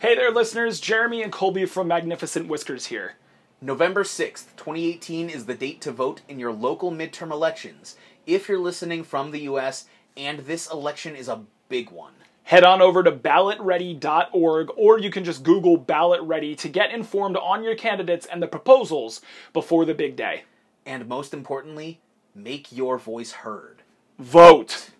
Hey there, listeners. Jeremy and Colby from Magnificent Whiskers here. November 6th, 2018 is the date to vote in your local midterm elections if you're listening from the US, and this election is a big one. Head on over to ballotready.org or you can just Google ballot ready to get informed on your candidates and the proposals before the big day. And most importantly, make your voice heard. Vote!